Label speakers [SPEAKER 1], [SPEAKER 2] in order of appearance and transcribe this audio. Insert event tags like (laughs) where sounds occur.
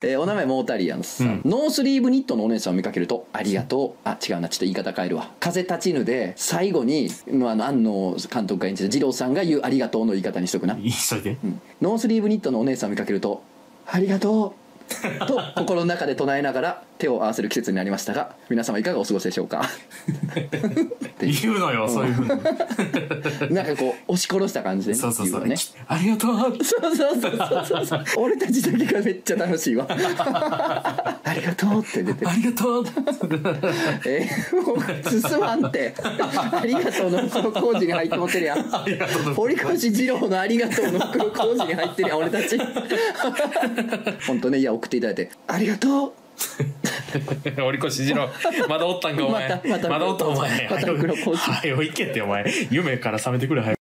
[SPEAKER 1] えーお名前モータリアンスさん、
[SPEAKER 2] うん
[SPEAKER 1] ノースリーブニットのお姉さんを見かけると「ありがとう」あ違うなちょっと言い方変えるわ「風立ちぬ」で最後にまああの安野監督が演じた二郎さんが言う「ありがとう」の言い方にしとくな、
[SPEAKER 2] 急いで
[SPEAKER 1] うんノースリーブニットのお姉さんを見かけると「ありがとう」と心の中で唱えながら手を合わせる季節になりましたが皆様いかがお過ごしでしょうか (laughs) っていう
[SPEAKER 2] 言うのよそういうふうに
[SPEAKER 1] なんかこう押し殺した感じでね
[SPEAKER 2] そうそうそう
[SPEAKER 1] 言よね
[SPEAKER 2] きありがとう
[SPEAKER 1] そうそうそうそうそうそう俺たちだけがめっちゃ楽しいわ (laughs) ありがとうって出て
[SPEAKER 2] (laughs) ありがとう
[SPEAKER 1] えーもう進まんってありがとうの袋小路に入って持ってるやん
[SPEAKER 2] ありがとう
[SPEAKER 1] 堀越二郎のありがとうの袋小路に入ってるやん俺たち本当ねいや送っていただいてありがとう
[SPEAKER 2] 堀越二郎 (laughs) まだおったんかお前
[SPEAKER 1] またまた
[SPEAKER 2] まだおったお前
[SPEAKER 1] また黒講師
[SPEAKER 2] はいおいけってお前夢から覚めてくれ早く